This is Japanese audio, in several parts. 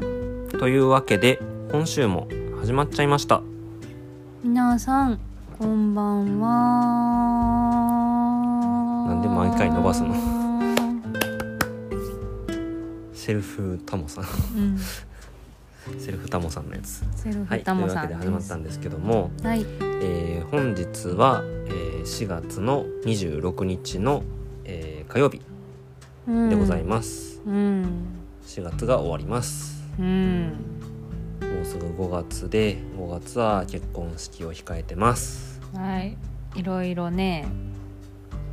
というわけで今週も始まっちゃいました皆さんこんばんはなんで毎回伸ばすのセルフタモさん うんセルフタモさんのやつセルはフいとタいうモわさけでんです始まったんですけども、はいえー本日は、えー4月の26日の、えー火曜日でございます、すうん4月が終わりますうんもうすぐ5月で5月は結婚式を控えてますはいいろいろね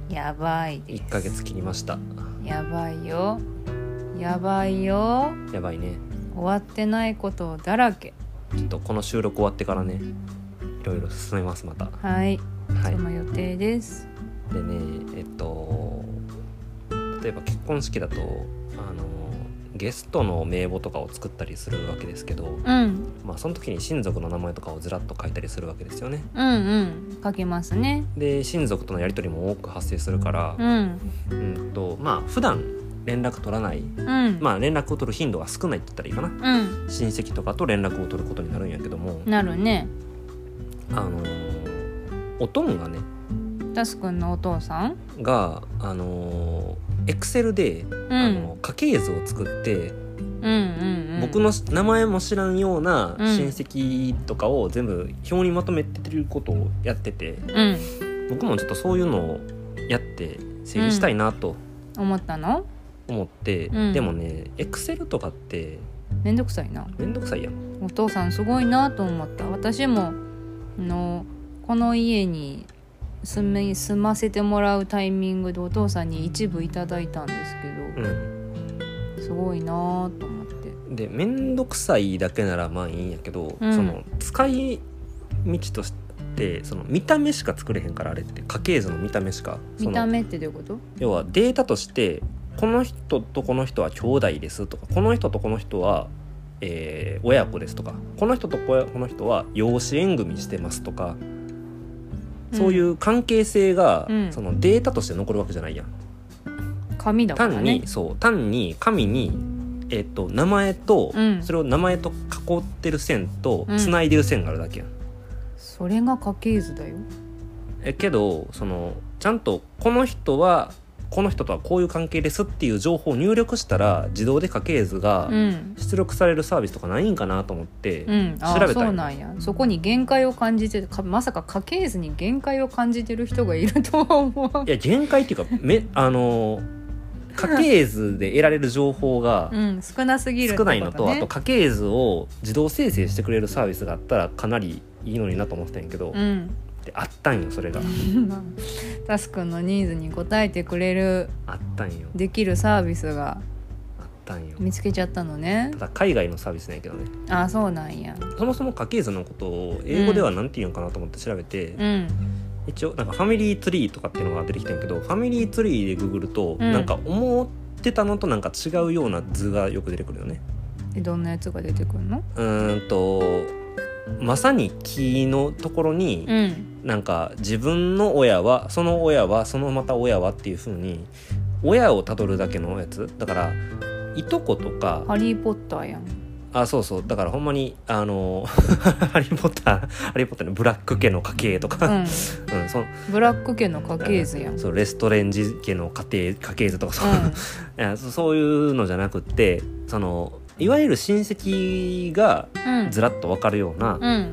やばいです1ヶ月切りましたやばいよやばいよやばいね終わってないことだらけちょっとこの収録終わってからねいろいろ進めますまたははい、いその予定ですでねえっと例えば結婚式だとあのゲストの名簿とかを作ったりするわけですけど、うんまあ、その時に親族の名前とかをずらっと書いたりするわけですよねうんうん書けますねで親族とのやり取りも多く発生するからう、んうん、とまあ普段連絡取らないうんまあ連絡を取る頻度が少ないって言ったらいいかなうん親戚とかと連絡を取ることになるんやけどもなるねあのーおとんがねタスくんのお父さんがあのエクセルで、うんあの家系図を作って、うんうんうん僕の名前も知らんようなうん親戚とかを全部表にまとめてることをやっててうん僕もちょっとそういうのをやって整理したいなと思ったの思って、うんでもねエクセルとかってめんどくさいな面倒くさいやんお父さんすごいなと思った私もあのこの家に住め住ませてもらうタイミングでお父さんに一部いただいたんですけど、うすごいなと思ってん、で面倒くさいだけならまあいいんやけど、うんその使い道としてその見た目しか作れへんからあれって家系図の見た目しかその見た目ってどういうこと要はデータとしてこの人とこの人は兄弟ですとかこの人とこの人は、えー親子ですとかこの人とここの人は養子縁組してますとかそういうう関係性が、うんそのデータとして残るわけじゃないやん。紙だから単ねにそう単に紙に、えっと名前と、うんそれを名前と囲ってる線とうん繋いでる線があるだけやん。それが家系図だよえけどそのちゃんとこの人はこの人とはこういう関係ですっていう情報を入力したら自動で家系図がうん出力されるサービスとかないんかなと思って、うん、あ調あべたそいうなんやそこに限界を感じてかまさか家系図に限界を感じてる人がいるとは思わんいや限界っていうかめあの家系図で得られる情報がうん、少なすぎるって少こないのと、ねあと家系図を自動生成してくれるサービスがあったらかなりいいのになと思ってたんやけど、うでん あったんよそれがタスくんのニーズに応えてくれるあったんよできるサービスあがったんよ見つけちゃったのねただ海外のサービスなんやけどねああそうなんやそもそも家系図のことを英語では何て言うんかなと思って調べて、うん一応なんかファミリーツリーとかっていうのが出てきてんけどファミリーツリーでググると、うんなんか思ってたのとなんか違うような図がよく出てくるよねえどんなやつが出てくるのうーんとまさに木のところに、うんなんか自分の親はその親はそのまた親はっていう風に親をたどるだけのやつだからいとこと「かハリー・ポッタ ー」やんあそうそうだからほんまにあの ハリー・ポッターハリー・ポッターのブラック家の家系とうか、んうんそブラック家の家系図や んそうレストレンジ家の家庭家系図とかそう、う いやそそういうのじゃなくってそのいわゆる親戚がん うんずらっと分かるようなうん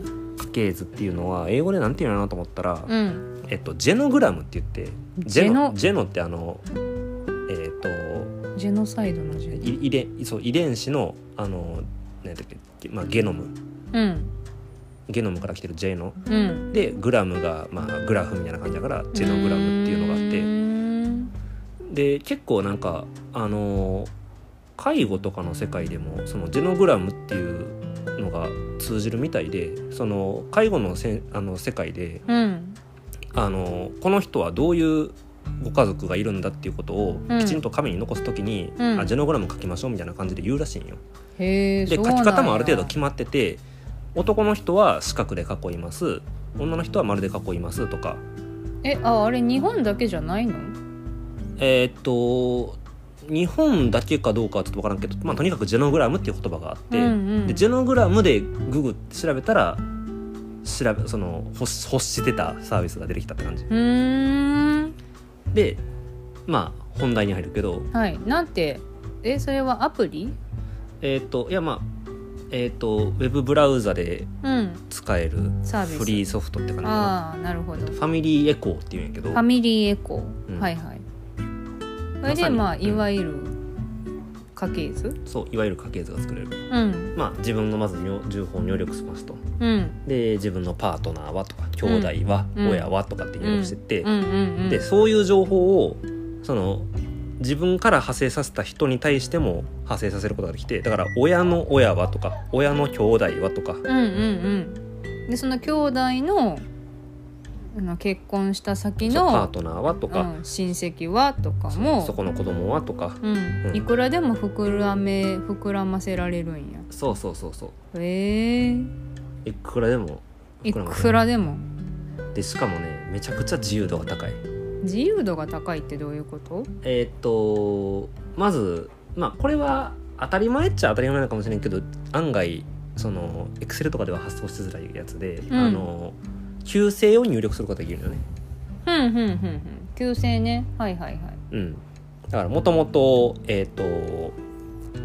家系図っていうのは英語でなんていうのかなと思ったら、うんえっと、ジェノグラムって言ってジェノジェノってあのえっとジェノサイドのジェい遺伝そう遺伝子のあの何だっけ、まあ、ゲノムうんゲノムから来てるジェノうんでグラムが、まあ、グラフみたいな感じだからジェノグラムっていうのがあって。で結構なんかあのー介護とかの世界でもそのジェノグラムっていうのが通じるみたいでその介護のせあの世界でうーんうんあのーこの人はどういうご家族がいるんだっていうことをうんきちんと紙に残す時に、うんあジェノグラム書きましょうみたいな感じで言うらしいんよ。へえで書き方もある程度決まってて男の人は四角で囲います女の人は丸で囲いますとかえああれ日本だけじゃないのえーっと日本だけかどうかはちょっと分からんけど、まあ、とにかくジェノグラムっていう言葉があって、うんうんでジェノグラムでググって調べたら調べその欲し欲してたサービスが出てきたって感じうーんでまあ本題に入るけどはいなんてえそれはアプリえっ、といやまあえっ、とウェブブラウザでうん使えるサービスフリーソフトって感じかなああなるほどファミリーエコーっていうんやけどファミリーエコー、うんはいはいそまされにでまあうんいわゆる家系図そういわゆる家系図が作れるうんまあ自分のまず入情報を入力しますとうんで自分のパートナーはとか兄弟は、うん親はとかって入力してって、うんうんうんでそういう情報をその自分から派生させた人に対しても派生させることができてだから親の親はとか親の兄弟はとかうんうんうんでその兄弟のあの結婚した先そうパーの、トナーはとうか、ん、親戚はとかもそこの子供はとかうんう、んいくらでも膨らめ膨らませられるんやそうそうそうそうへえー、いくらでもい膨らませくらでもでしかもねめちゃくちゃ自由度が高い自由度が高いってどういうことえーっとまずまあこれは当たり前っちゃ当たり前なのかもしれんけど案外そのエクセルとかでは発送しづらいやつで、んあの旧姓を入力することができるよねふんふんふんふん旧姓ねはいはいはいうんだからもともとえーっと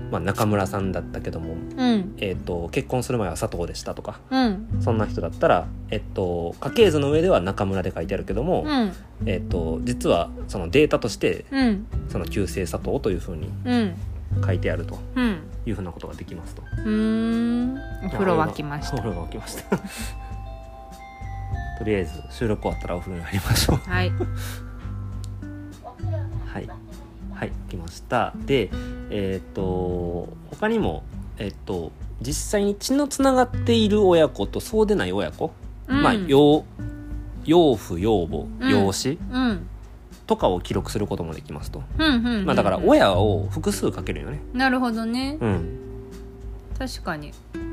まあ中村さんだったけどもうんえーっと結婚する前は佐藤でしたとかうんそんな人だったらえっと家系図の上では中村で書いてあるけども、うんえっと実はそのデータとしてうんその旧姓佐藤というふうにうん書いてあるとうんいうふうなことができますと。うーんお風呂沸きましおた風呂が沸きました とりあえず収録終わったらお風呂に入りまし ょうはいはいはい来ましたでえーっと他にもえーっと実際に血のつながっている親子とそうでない親子、うんまあ養養父養母うん養子うんとかを記録することもできますと、ふんふんふんふんまあ、だから親を複数かけるよねなるほどねうん確かに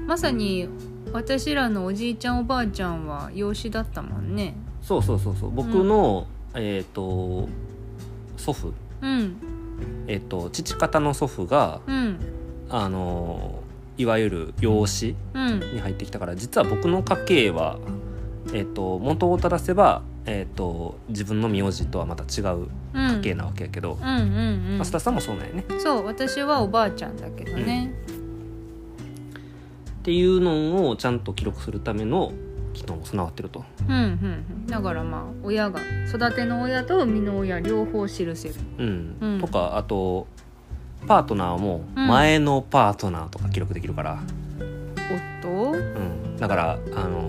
まさに私らのおじいちゃんおばあちゃんは養子だったもんねそうそうそうそう僕の、えーっと祖父うんえっと、父方の祖父が、うんあのいわゆる養子うんに入ってきたから実は僕の家系は、えっと、元を正せば、えっと、自分の名字とはまた違ううん家系なわけやけど、うんうんうん増田さんもそうなんやね。そう私はおばあちゃんだけどねっていうのをちゃんと記録するための機能も備わってると。うんうんうんだからまあ親が育ての親と生みの親両方記せるうんうんとかあとパートナーもうん前のパートナーとか記録できるから、夫うんだからあの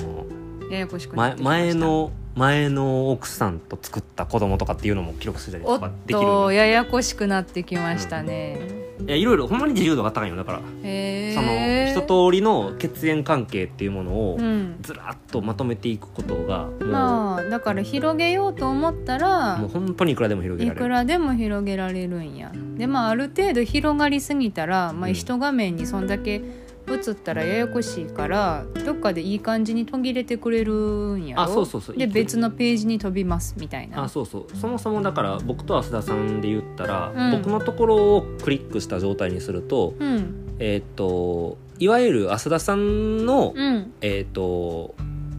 ややこしくな前ってきまし前たの前の奥さんと作った子供とかっていうのも記録したりおとっかできるとよややこしくなってきましたね、うにいやいろいろほんまに自由度が高いよだから、へえその一通りの血縁関係っていうものをうんずらっとまとめていくことがもう,、まあだから広げようと思ったもうら本当にいくらでも広げいられくるらでも広げられるんやでまあある程度広がりすぎたら、まあ、うん一画面にそんだけ映ったらややこしいからどっかでいい感じに途切れてくれるんやろあそうそうそうでいく別のページに飛びますみたいなあそうそうそもそもだから僕と浅田さんで言ったら、うん僕のところをクリックした状態にするとうんえーっといわゆる浅田さんの、うんえーっと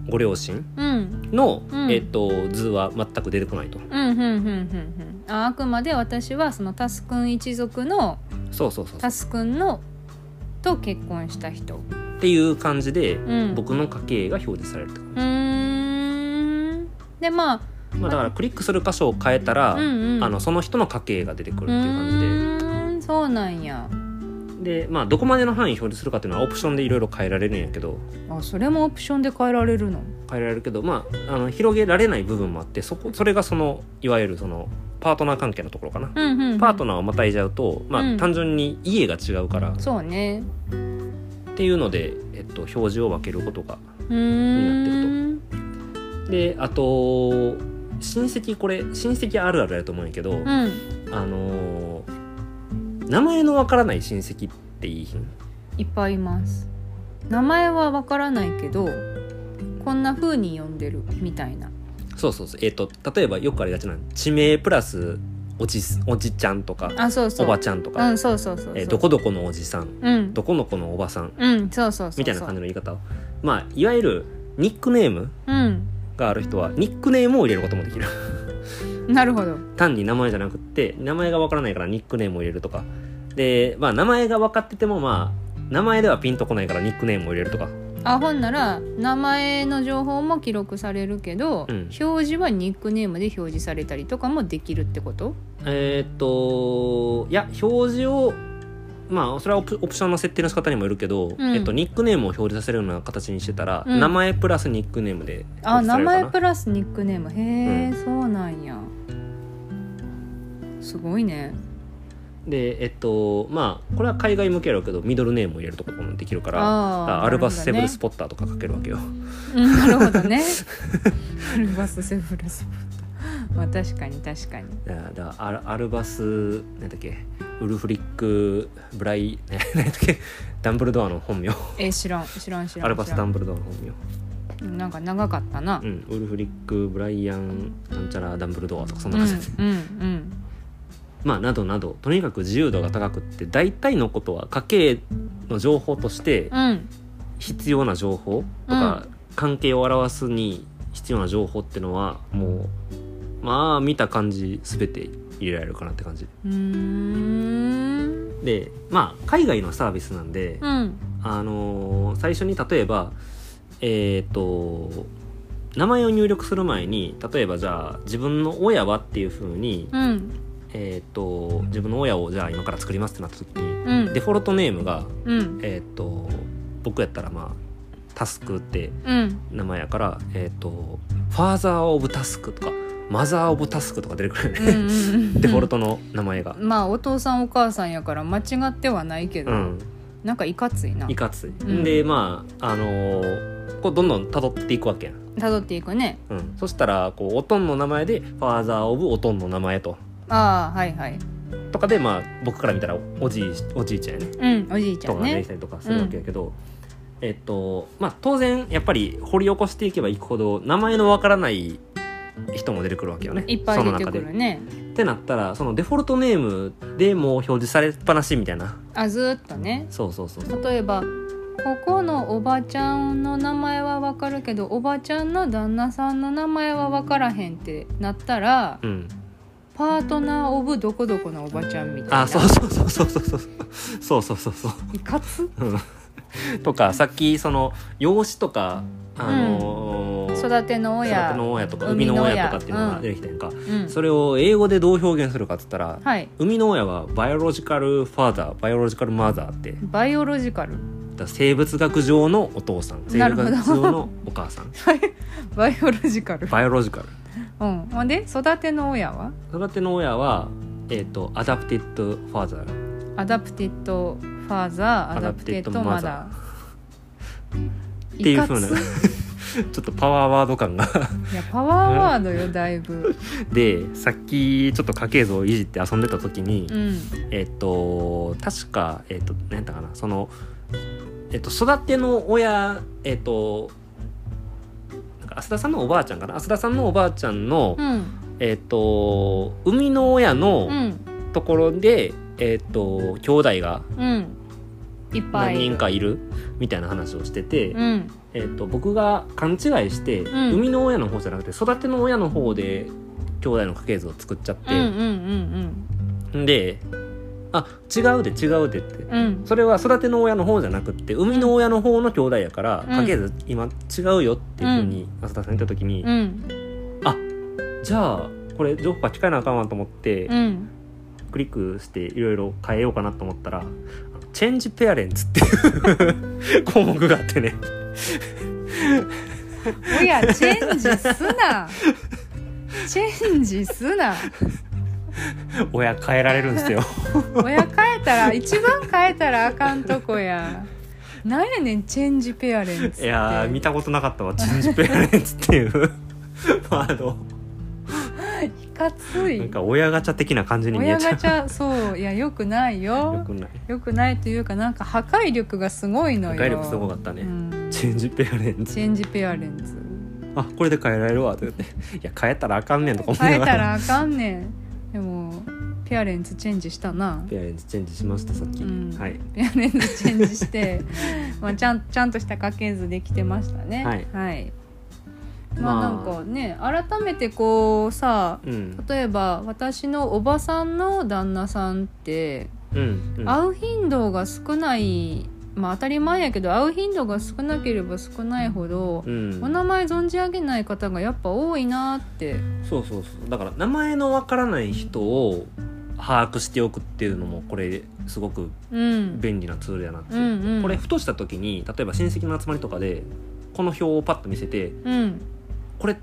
ご両親うんの、うんえっと図は全く出てこないとうんうんうんうんうんああくまで私はそのタスくん一族のそうそうそうタスくんのと結婚した人っていう感じで、うん僕の家系が表示されると、うーんでまあまあ、だからクリックする箇所を変えたら、うんうんあのその人の家系が出てくるうっていう感ーんそうなんやじでで、まあ、どこまでの範囲表示するかっていうのはオプションでいろいろ変えられるんやけどあそれもオプションで変えられるの変えられるけど、まあ、あの広げられない部分もあってそこそれがそのいわゆるそのパートナー関係のところかな、うんうんうん、パートナーをまたいじゃうと、まあうん単純に家が違うから、っそうねていうので、えっと、表示を分けることがうーんであと親戚これ親戚あるあるやと思うんやけど、うんあのー名前のわからない親戚っていいひんいっぱいいます名前はわからないけどこんな風に呼んでるみたいなそうそうそうえっ、と例えばよくありがちな地名プラスおじおじちゃんとかあそうそおうばちゃんとうか、んそうそうそうそうえーどこどこのおじさんうんどこの子のおばさんうんそうそうそうそうみたいな感じの言い方をまあいわゆるニックネームうんがある人はニックネームを入れることもできるなるほど単に名前じゃなくって名前がわからないからニックネームを入れるとかでまあ名前が分かっててもまあ名前ではピンとこないからニックネームを入れるとかあほんなら名前の情報も記録されるけど、うん表示はニックネームで表示されたりとかもできるってことえーっといや表示をまあそれはオプオプションの設定の仕方にもよるけど、うんえっと、ニックネームを表示させるような形にしてたら、うん名前プラスニックネームで表あ示され名るかな前プラスニックネームへえ、そうなんやすごいねでえっとまあこれは海外向けやろうけどミドルネームを入れるとこもできるからあーアルバス・セブルス・ポポッターとか書けるわけよ。うんなるほど ねアルバスセブルスポットまあ確かに確かにだからだからアルアルバス何だっけウルフリック・ブライ 何だっけダンブルドアの本名えー知らん知らん知らんアルバス・知ダらんンブルドアの本名。なんか長かったな、うん、ウルフリック・ブライアン・なんちゃら・ダンブルドアとかそんなうん感じ、うんうんまあなどなどとにかく自由度が高くって大体のことは家計の情報としてうん必要な情報とか、関係を表すに必要な情報ってのはもうまあ見た感じ全て入れられるかなって感じうーんでまあ海外のサービスなんで、うんあのー最初に例えばえっ、と名前を入力する前に例えばじゃあ自分の親はっていうふうに、うんえっと自分の親をじゃあ今から作りますってなった時にうんデフォルトネームが、うんえっと僕やったらまあタスクってうん名前やから、えっとファーザー・オブ・タスクとかマザー・オブ・タスクとか出てくるようね、ん デフォルトの名前が。まあお父さんお母さんやから間違ってはないけど、うん、なんかいかついないかつい、んでまああのーこうどんどん辿っていくわけやんたどっていくねうん、そしたらこうおとんの名前で「ファーザー・オブ・おとんの名前と」ああはいはいとかでまあ僕から見たらおじいおじいちゃんやねうんおじいちゃとんかがでねきたりとかするわけやけど、えっとまあ当然やっぱり掘り起こしていけばいくほど名前のわからない人も出てくるわけよねいっぱいその出て中で。くるねってなったらそのデフォルトネームでもう表示されっぱなしみたいなあずーっとねそうそうそうそう例えばここのおばちゃんの名前はわかるけどおばちゃんの旦那さんの名前はわからへんってなったらうん、パートナーオブどこどこのおばちゃんみたいなあそうそうそうそうそうそうそうそうそうそういかつとかさっきその養子とかあのー育ての親育ての親とか海海のの親親とかっていうのが出てきたやんか、うん、それを英語でどう表現するかって言ったら、はい海の親はバイオロジカルファーザーバイオロジカルマザーってだかバイオロジカルら生物学上のお父さん生なる物ほ学ど上のお母さんバイオロジカルバイオロジカルうんほんで育ての親は育ての親はえっ、とアダプテッドファーザーアダプテッドファーザーアダプテッドマザーっていうふうなかつ ちょっとパワーワード感がいやパワーワードよだいぶでさっきちょっと家系図をいじって遊んでた時に、うんえっ、と確かえっ、と何やったかなそのえっ、と育ての親えっ、となんか浅田さんのおばあちゃんかな浅田さんのおばあちゃんの、うんえっ、と生みの親うのんところで、えっ、と兄弟がうんいっぱい何人かいるみたいな話をしてて、うんえっ、と僕が勘違いして、ん生みの親の方じゃなくて育ての親の方で兄弟の家系図を作っちゃっうんうて、んであ違うで違うでってうんうんうんそれは育ての親の方じゃなくって生みの親の方の兄弟やから、うんかけず今違うよっていうふうに浅田さん言った時に、うんじゃあこれ情報が近いなあかんわと思って、うんクリックしていろいろ変えようかなと思ったら「チェンジペアレンツ」っていう 項目があってねおやチェンジすなチェンジすな親変えられるんです よ親変えたら一番変えたらあかんとこやなんやねんチェンジペアレンツっいてやー見たことなかったわ「チェンジペアレンツ」っていう ワードいかつなんいか親ガチャ的な感じに見え親ちゃガチャそういやよくないうよよくないよくないというかなんか破壊力がすごいのよ外力すごかったうねん「チェンジペアレンツ」チェンジペアレンツあこれで変えられるわとか言って「いや変えたらあかんねん」とか思い変なえがたららあかんねんでもペアレンツチェンジしたなペアレンツチェンジしましたさっき、うんはいペアレンツチェンジして まあちゃんちゃんとした家系図できてましたねはいまあなんかね改めてこうさうん例えば私のおばさんの旦那さんってうんうん会う頻度が少ないまあ当たり前やけど会う頻度が少なければ少ないほどうんお名前存じ上げない方がやっぱ多いなってそうそうそうだから名前のわからない人を把握しておくっていうのもこれすごくうん便利なツールやなって、うんうんこれふとした時に例えば親戚の集まりとかでこの表をパッと見せてうん「これ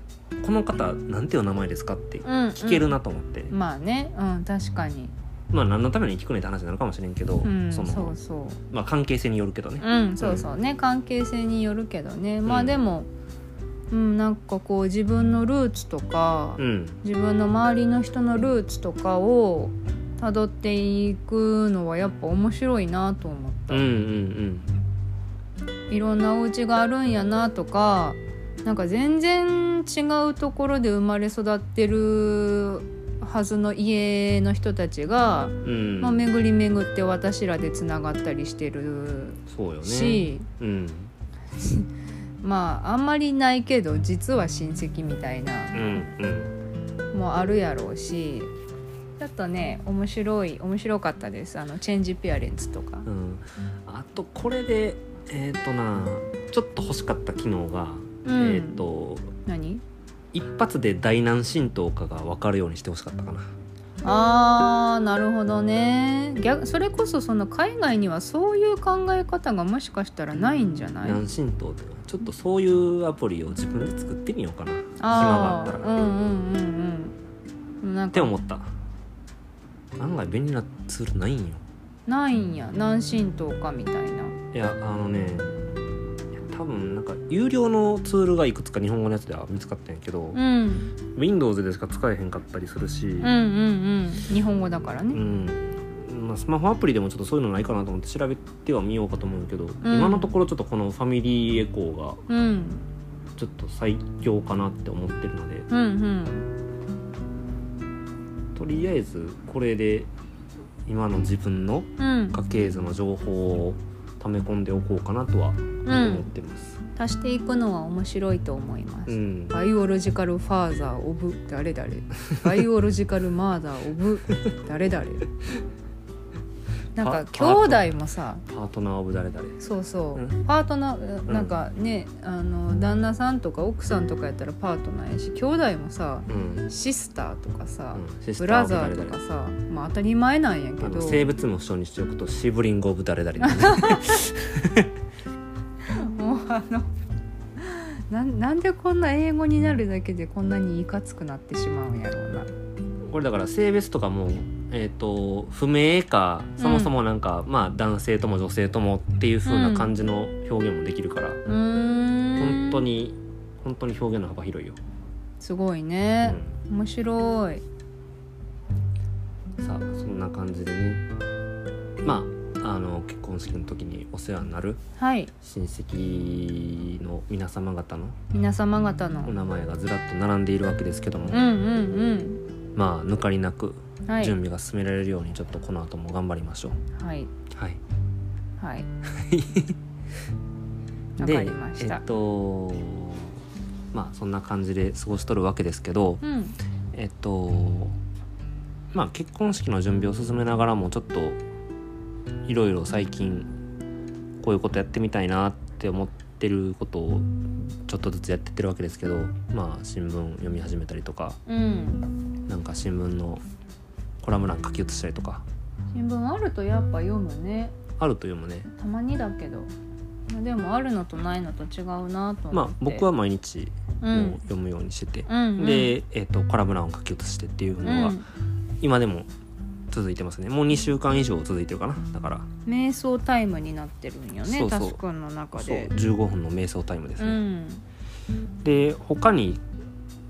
この方なんていうお名前ですか?」ってうんうん聞けるなと思って、まあねうん確かにまあ何のために聞くねって話になるかもしれんけど、うんそそうのそうまあ、関係性によるけどね。うん、そうそうね関係性によるけどねまうあんでも、うん、なんかこう自分のルーツとか、うん自分の周りの人のルーツとかを辿っていくのはやっぱ面白いなと思った、うんうんいろんなお家があるんやなとかなんか全然違うところで生まれ育ってるはずの家の人たちが、うんうん、まあ、巡り巡って私らでつながったりしてるそうよね、し。うんまああんまりないけど実は親戚みたいなうんうん、もあるやろうしちょっとね面白い面白かったですあのチェンジペアレンツとう。かん、あとこれでえっ、となちょっと欲しかった機能が、うんえっ、と何一発で大南神道かが分かるようにしてほしかったかな。あーなるほどね逆それこそその海外にはそういう考え方がもしかしたらないんじゃない南神道ってちょっとそういうアプリを自分で作ってみようかな暇がああったーら、うっんうんうんうんなんてか思った案外便利なツールないんよないんや南神道かみたいないやあのねいや多分なんか有料のツールがいくつか日本語のやつでは見つかったんやけど、うん、 Windows でしか使えへんかったりするし、うんうんうん日本語だからねうんまあ、スマホアプリでもちょっとそういうのないかなと思って調べてはみようかと思うけど、ん今のところちょっとこのファミリーエコーがうんちょっと最強かなって思ってるのでうんうんとりあえずこれで今の自分のうん、家系図の情報を溜め込んでおこうかなとは思ってます。足していくのは面白いと思います。うんバイオロジカルファーザーオブ誰々バイオロジカルマーザーオブ誰々なんかパパート兄弟もさパートナーオブ誰々そうそう、うパートナーなんかねあの旦那さんとか奥さんとかやったらパートナーやし兄弟もさうんシスターとかさ、うんシスブターオラブザ誰ーと々かさまあ当たり前なんやけあのど生物も一緒にしておくとシブリングオブ誰々なんでもうあのなんなんでこんな英語になるだけでこんなにいかつくなってしまうんやろうな。これだから性別とかもえっ、と不明かそもそもなんか、まあ男性とも女性ともっていう風な感じの表現もできるから、うーん本当に本当に表現の幅広いよ。すごいうね、ん面白い。さあそんな感じでねまああの結婚式の時にお世話になるはい親戚の皆様方の皆様方おの。名前がずらっと並んでいるわけですけども、うんうんまあ抜かりなくうん。はい。準備が進められるようにちょっとこの後も頑張りましょう。はいはい、はい。わでかりましたえっとまあそんな感じで過ごしとるわけですけどうんえっとまあ結婚式の準備を進めながらもちょっといろいろ最近こういうことやってみたいなって思ってることをちょっとずつやってってるわけですけどまあ新聞読み始めたりとかうん。なんか新聞のコラム欄書き写したりとか新聞あるとやっぱ読むね。あるというもねたまにだけど。まあでもあるのとないのと違うなと思って。まあ僕は毎日う。もうん読むようにしてて、うんうん、で、えっとコラム欄を書き写してっていううのはん、今でも続いてますねもう2週間以上続いてるかなだから瞑想タイムになってるんよねそうそうタスくんの中そうで。 15分の瞑想タイムですうね、んで他に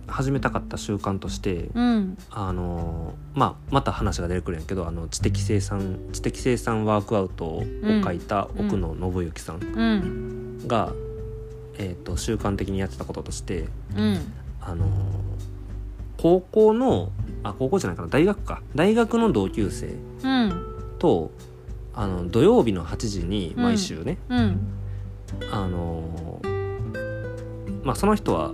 始めたかった習慣としてうんあのーまあまた話が出てくるんやけどあの知的生産知的生産ワークアウトを書いた奥野信之さんうんが、えっと習慣的にやってたこととしてうんあのー高校のああ高校じゃないかな大学か大学の同級生うんとあの土曜日の8時にうん毎週ね、うんあのーまあその人は、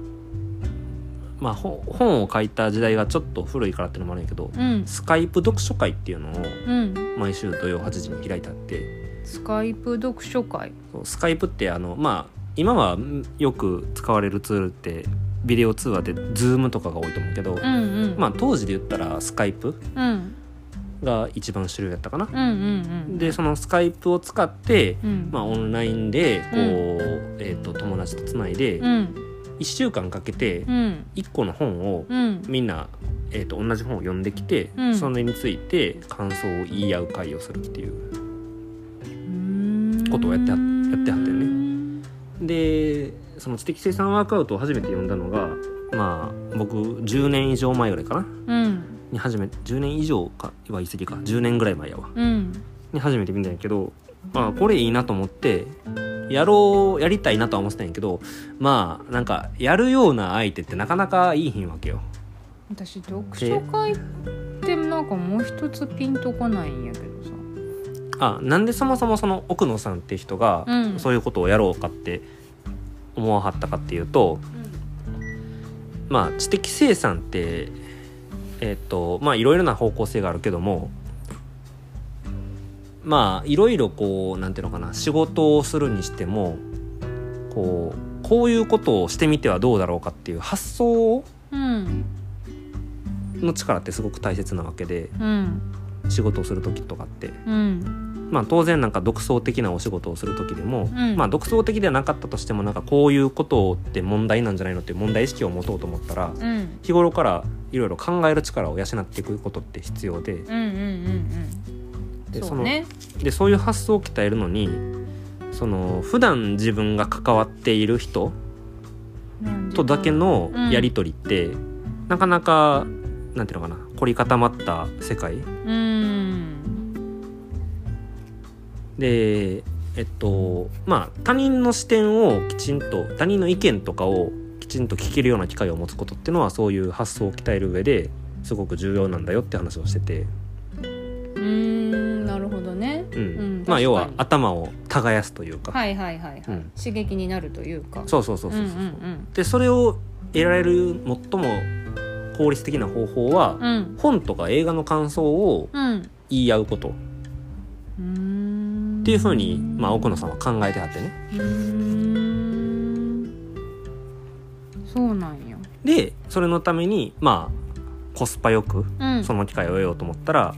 まあ、ほ本を書いた時代がちょっと古いからっていうのもあるんやけどうんスカイプ読書会っていうのをうん毎週土曜8時に開いたってスカイプ読書会そうスカイプってあのまあ今はんよく使われるツールってビデオ通話で Zoom とかが多いと思うけど、うんうんまあ当時で言ったらスカイプうんが一番主流やったかな。うんうんでそのスカイプを使って、うんうんまあ、オンラインでこう、えー、と友達とつないでうん1週間かけてうん1個の本をうんみんな、えー、と同じ本を読んできて、うんそれについて感想を言い合う会をするっていう。ことをやってはやってはったよねでその知的生産ワークアウトを初めて読んだのがまあ僕10年以上前ぐらいかなうんに初めて10年以上かは言い過ぎか10年ぐらい前やわうんに初めて見たんやけど、まあ、これいいなと思ってやろうやりたいなとは思ってたんやけどまあなんかやるような相手ってなかなかいいひんわけよ私読書会ってなんかもう一つピンとこないんやけどさあなんでそもそもその奥野さんって人がうんそういうことをやろうかって思わはったかっていうと、まあ知的生産ってえっ、とまあいろいろな方向性があるけどもまあいろいろこうなんていうのかな仕事をするにしてもこうこういうことをしてみてはどうだろうかっていう発想うんの力ってすごく大切なわけでうん仕事をする時とかって。うんまあ、当然なんか独創的なお仕事をする時でも、うんまあ、独創的ではなかったとしてもなんかこういうことって問題なんじゃないのっていう問題意識を持とうと思ったらうん日頃からいろいろ考える力を養っていくことって必要でうんうんうんうでんそそうのねでそういう発想を鍛えるのにその普段自分が関わっている人とだけのやり取りって、なかなかなんていうのかな凝り固まった世界うんでえっとまあ他人の視点をきちんと他人の意見とかをきちんと聞けるような機会を持つことっていうのはそういう発想を鍛える上ですごく重要なんだよって話をしてて、うんなるほどねうんうんまあ確かに要は頭を耕すというか、はいはいはいはい、うん刺激になるというかそうそうそうそうそう、んでそれを得られる最も効率的な方法は、うんうん本とか映画の感想をうんうん言い合うことっうーんていうふうに、まあ、奥野さんは考えてはってね。うーんそうなんやでそれのためにまあコスパよくうんその機会を得ようと思ったら、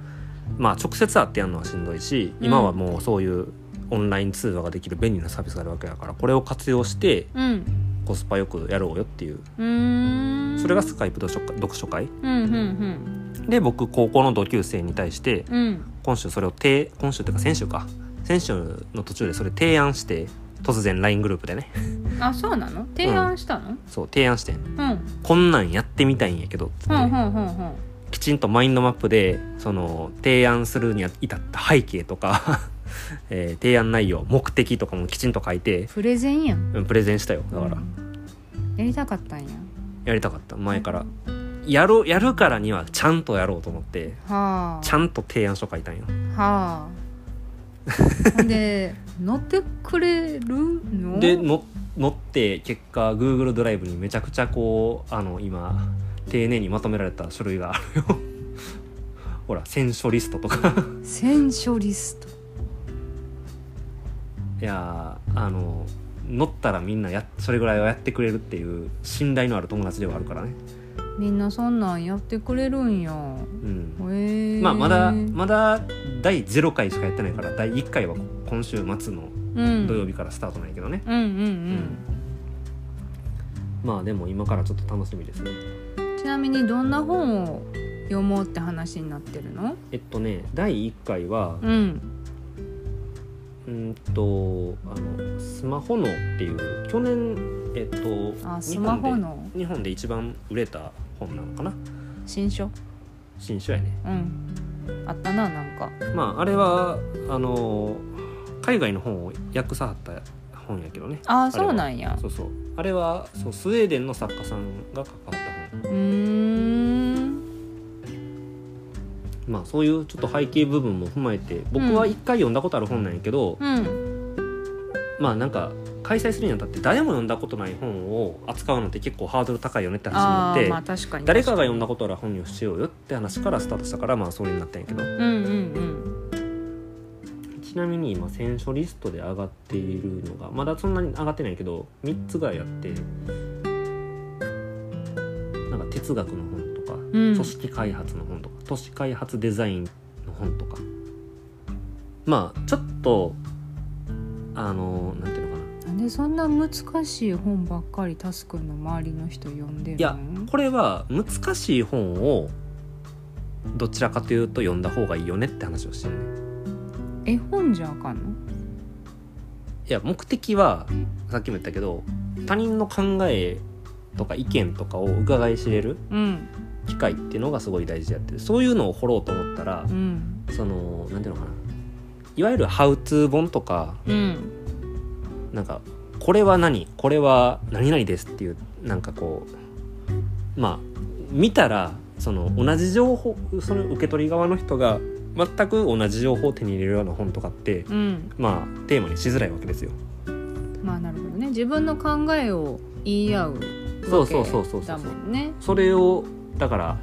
まあ直接会ってやるのはしんどいしうん今はもうそういうオンライン通話ができる便利なサービスがあるわけだからこれを活用してうんコスパよくやろうよっていううーんそれがスカイプ読書読書会うんうんで僕高校の同級生に対してうんうん今週それを提今週というか先週か先週の途中でそれ提案して突然 LINE グループでねあそうなの提案したのそう提案してんうんうんこんなんやってみたいんやけどっつって、うんうんうんきちんとマインドマップでその提案するに至った背景とか、 えー提案内容目的とかもきちんと書いてプレゼンやんうんプレゼンしたよだからやりたかったんややりたかった前からやろうやるからにはちゃんとやろうと思ってはあちゃんと提案書書いたんよはあほんで乗ってくれるのでの乗って結果 Google ドライブにめちゃくちゃこうあの今丁寧にまとめられた書類があるよ ほら選書リストとか選書リストいやーあの乗ったらみんなやそれぐらいはやってくれるっていう信頼のある友達ではあるからね、みんなそんなんやってくれるんやうんへえまあまだまだ第0回しかやってないから第1回は今週末のうん土曜日からスタートなんやけどね、うんうんまあでも今からちょっと楽しみですねうんちなみにどんな本を読もうって話になってるのえっとね第1回はうんうんとあのスマホのっていう去年えっとあ日ス本マホでの日本で一番売れた本なのかな新書新書やねうんあったななんかまああれはあの海外の本を訳さはった本やけどねあはあそうなんやそうそうあれはそうスウェーデンの作家さんが関わったうーんまあ、そういうちょっと背景部分も踏まえて僕は一回読んだことある本なんやけど、うんまあなんか開催するにあたって誰も読んだことない本を扱うのって結構ハードル高いよねって話になあっーて、まあ確かに誰かが読んだことある本にしようよって話からスタートしたからまあそれになったんやけどうんうんちなみに今選書リストで上がっているのがまだそんなに上がってないけど3つぐらいあってなんか哲学の本とか、うん組織開発の本とか都市開発デザインの本とかまあちょっとあのなんていうのかなうんなんでそんな難しい本ばっかりタスくんの周りの人読んでるのいやこれは難しい本をどちらかというと読んだ方がいいよねって話をしてるね絵本じゃあかんのいや目的はさっきも言ったけど他人の考えとか意見とかを伺い知れるうん機会っていうのがすごい大事であってそういうのを掘ろうと思ったらうんそのなんていうのかないわゆるハウツー本とかうんなんかこれは何これは何々ですっていうなんかこうまあ見たらその同じ情報その受け取り側の人が全く同じ情報を手に入れるような本とかってうんまあテーマにしづらいわけですよ。まあなるほどね自分の考えを言い合うそうそうそうそうそうだもんねそれをだから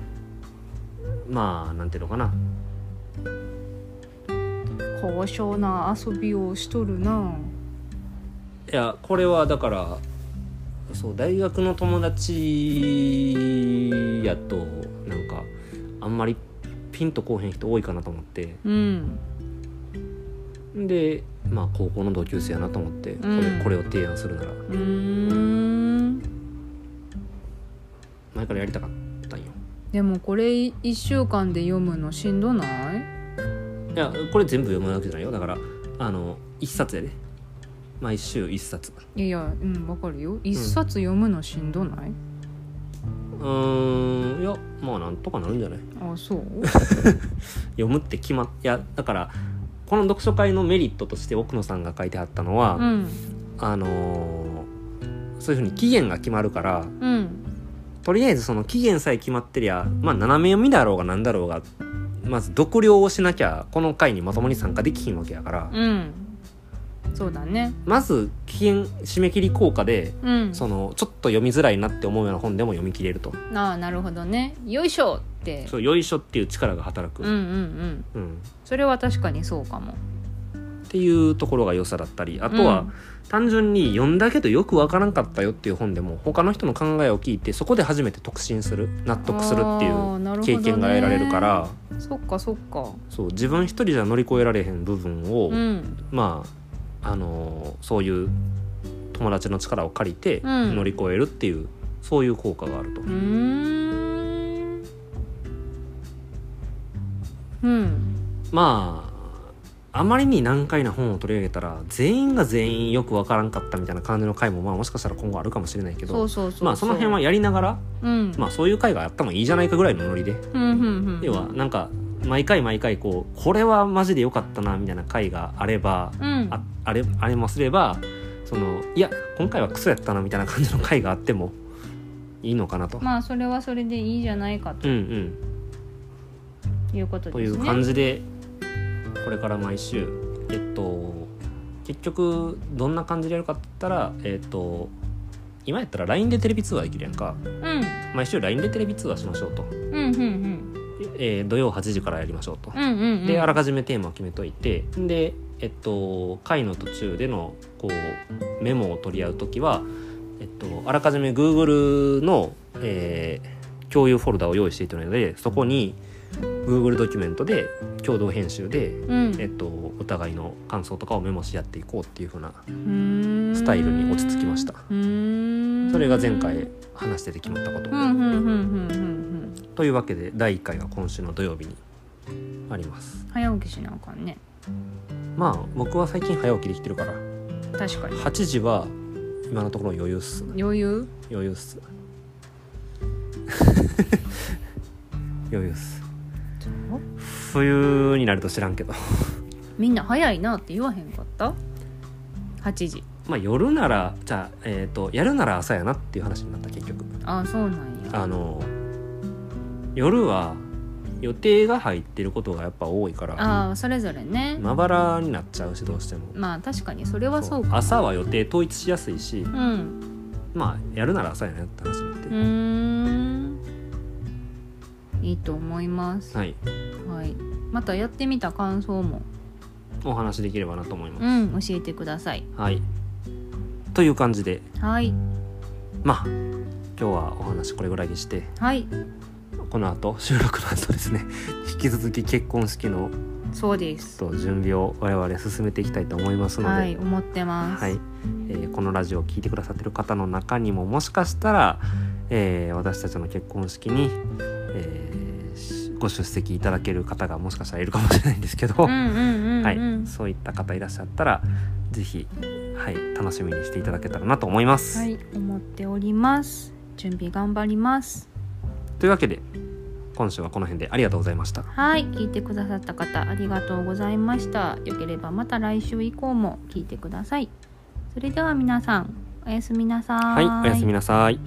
まあなんていうのかな高尚な遊びをしとるないやこれはだからそう大学の友達やとなんかあんまりピンとこうへん人多いかなと思ってうんでまあ高校の同級生やなと思ってこれ,、うんこれを提案するならうーん前からやりたかったんよでもこれ1週間で読むのしんどないいやこれ全部読むわけじゃないよだからあの一冊やで毎週一冊いやうんわかるよ一冊読むのしんどない、うーんいやまあなんとかなるんじゃないあそう読むって決まっいやだからこの読書会のメリットとして奥野さんが書いてあったのは、うんあのーそういうふうに期限が決まるからうんとりあえずその期限さえ決まってりゃまあ斜め読みだろうがなんだろうがまず読量をしなきゃこの会にまともに参加できひんわけやから、うんそうだねまず期限締め切り効果でうんそのちょっと読みづらいなって思うような本でも読み切れるとああなるほどねよいしょってそうよいしょっていう力が働く、うんうんうんうんそれは確かにそうかもっていうところが良さだったりあとは、うん単純に読んだけどよくわからんかったよっていう本でも他の人の考えを聞いてそこで初めて特進する納得するっていうあーなるほど経ね験が得られるからそっかそっかそう自分一人じゃ乗り越えられへん部分を、うんまあ、あのーそういう友達の力を借りてうん乗り越えるっていう、そういう効果があるとうー。んうんまああまりに難解な本を取り上げたら全員が全員よくわからんかったみたいな感じの回も、まあ、もしかしたら今後あるかもしれないけどそうそうそううまあ、その辺はやりながら、うんまあ、そういう回があったもいいじゃないかぐらいのノリでうんうんうん要はなんか毎回毎回こうこれはマジで良かったなみたいな回があればうんああれあれもすればそのいや今回はクソやったなみたいな感じの回があってもいいのかなと、まあそれはそれでいいじゃないかうんうんということとでいすうね。感じでこれから毎週えっと結局どんな感じでやるかって言ったらえっと今やったら LINE でテレビ通話できるやんかうん毎週 LINE でテレビ通話しましょうと、うんうんえー土曜8時からやりましょうとうんうんうんうんであらかじめテーマを決めといてでえっと会の途中でのこうメモを取り合う時は、えっと、あらかじめ Google の、えー共有フォルダを用意していたのでそこに Google ドキュメントで共同編集で、うんえっと、お互いの感想とかをメモし合っていこうっていうふうなうーんスタイルに落ち着きましたうーんそれが前回話してて決まったこと。うんうんうんうんうんうんというわけで第1回は今週の土曜日にあります。早起きしなあかんねまあ僕は最近早起きできてるから確かに8時は今のところ余裕っす余裕余裕っす 余裕っす冬になると知らんけどみんな早いなって言わへんかった8時まあ夜ならじゃあ、えー、とやるなら朝やなっていう話になった結局ああそうなんやあの夜は予定が入ってることがやっぱ多いからああそれぞれねまばらになっちゃうしどうしても。まあ確かにそれはそそううか朝は予定統一しやすいし、うんまあやるなら朝やねって話になって、うーんいいと思います、はいはい、またやってみた感想も、お話しできればなと思います、うん、教えてくださいはいという感じではいまあ今日はお話これぐらいにしてはいこの後収録の後ですね 引き続き結婚式のそうですちょっと準備を我々進めていきたいと思いますので、はい思ってます、はいえーこのラジオを聞いてくださってる方の中にももしかしたら、えー私たちの結婚式に、えーしご出席いただける方がもしかしたらいるかもしれないんですけど、うんうんうんうん、はい、そういった方いらっしゃったら是非、はい、楽しみにしていただけたらなと思います。はい、思っております。準備頑張ります。というわけで今週はこの辺でありがとうございました。はい、聞いてくださった方ありがとうございました。よければまた来週以降も聞いてください。それでは皆さん、おやすみなさはい、おやすみなさい。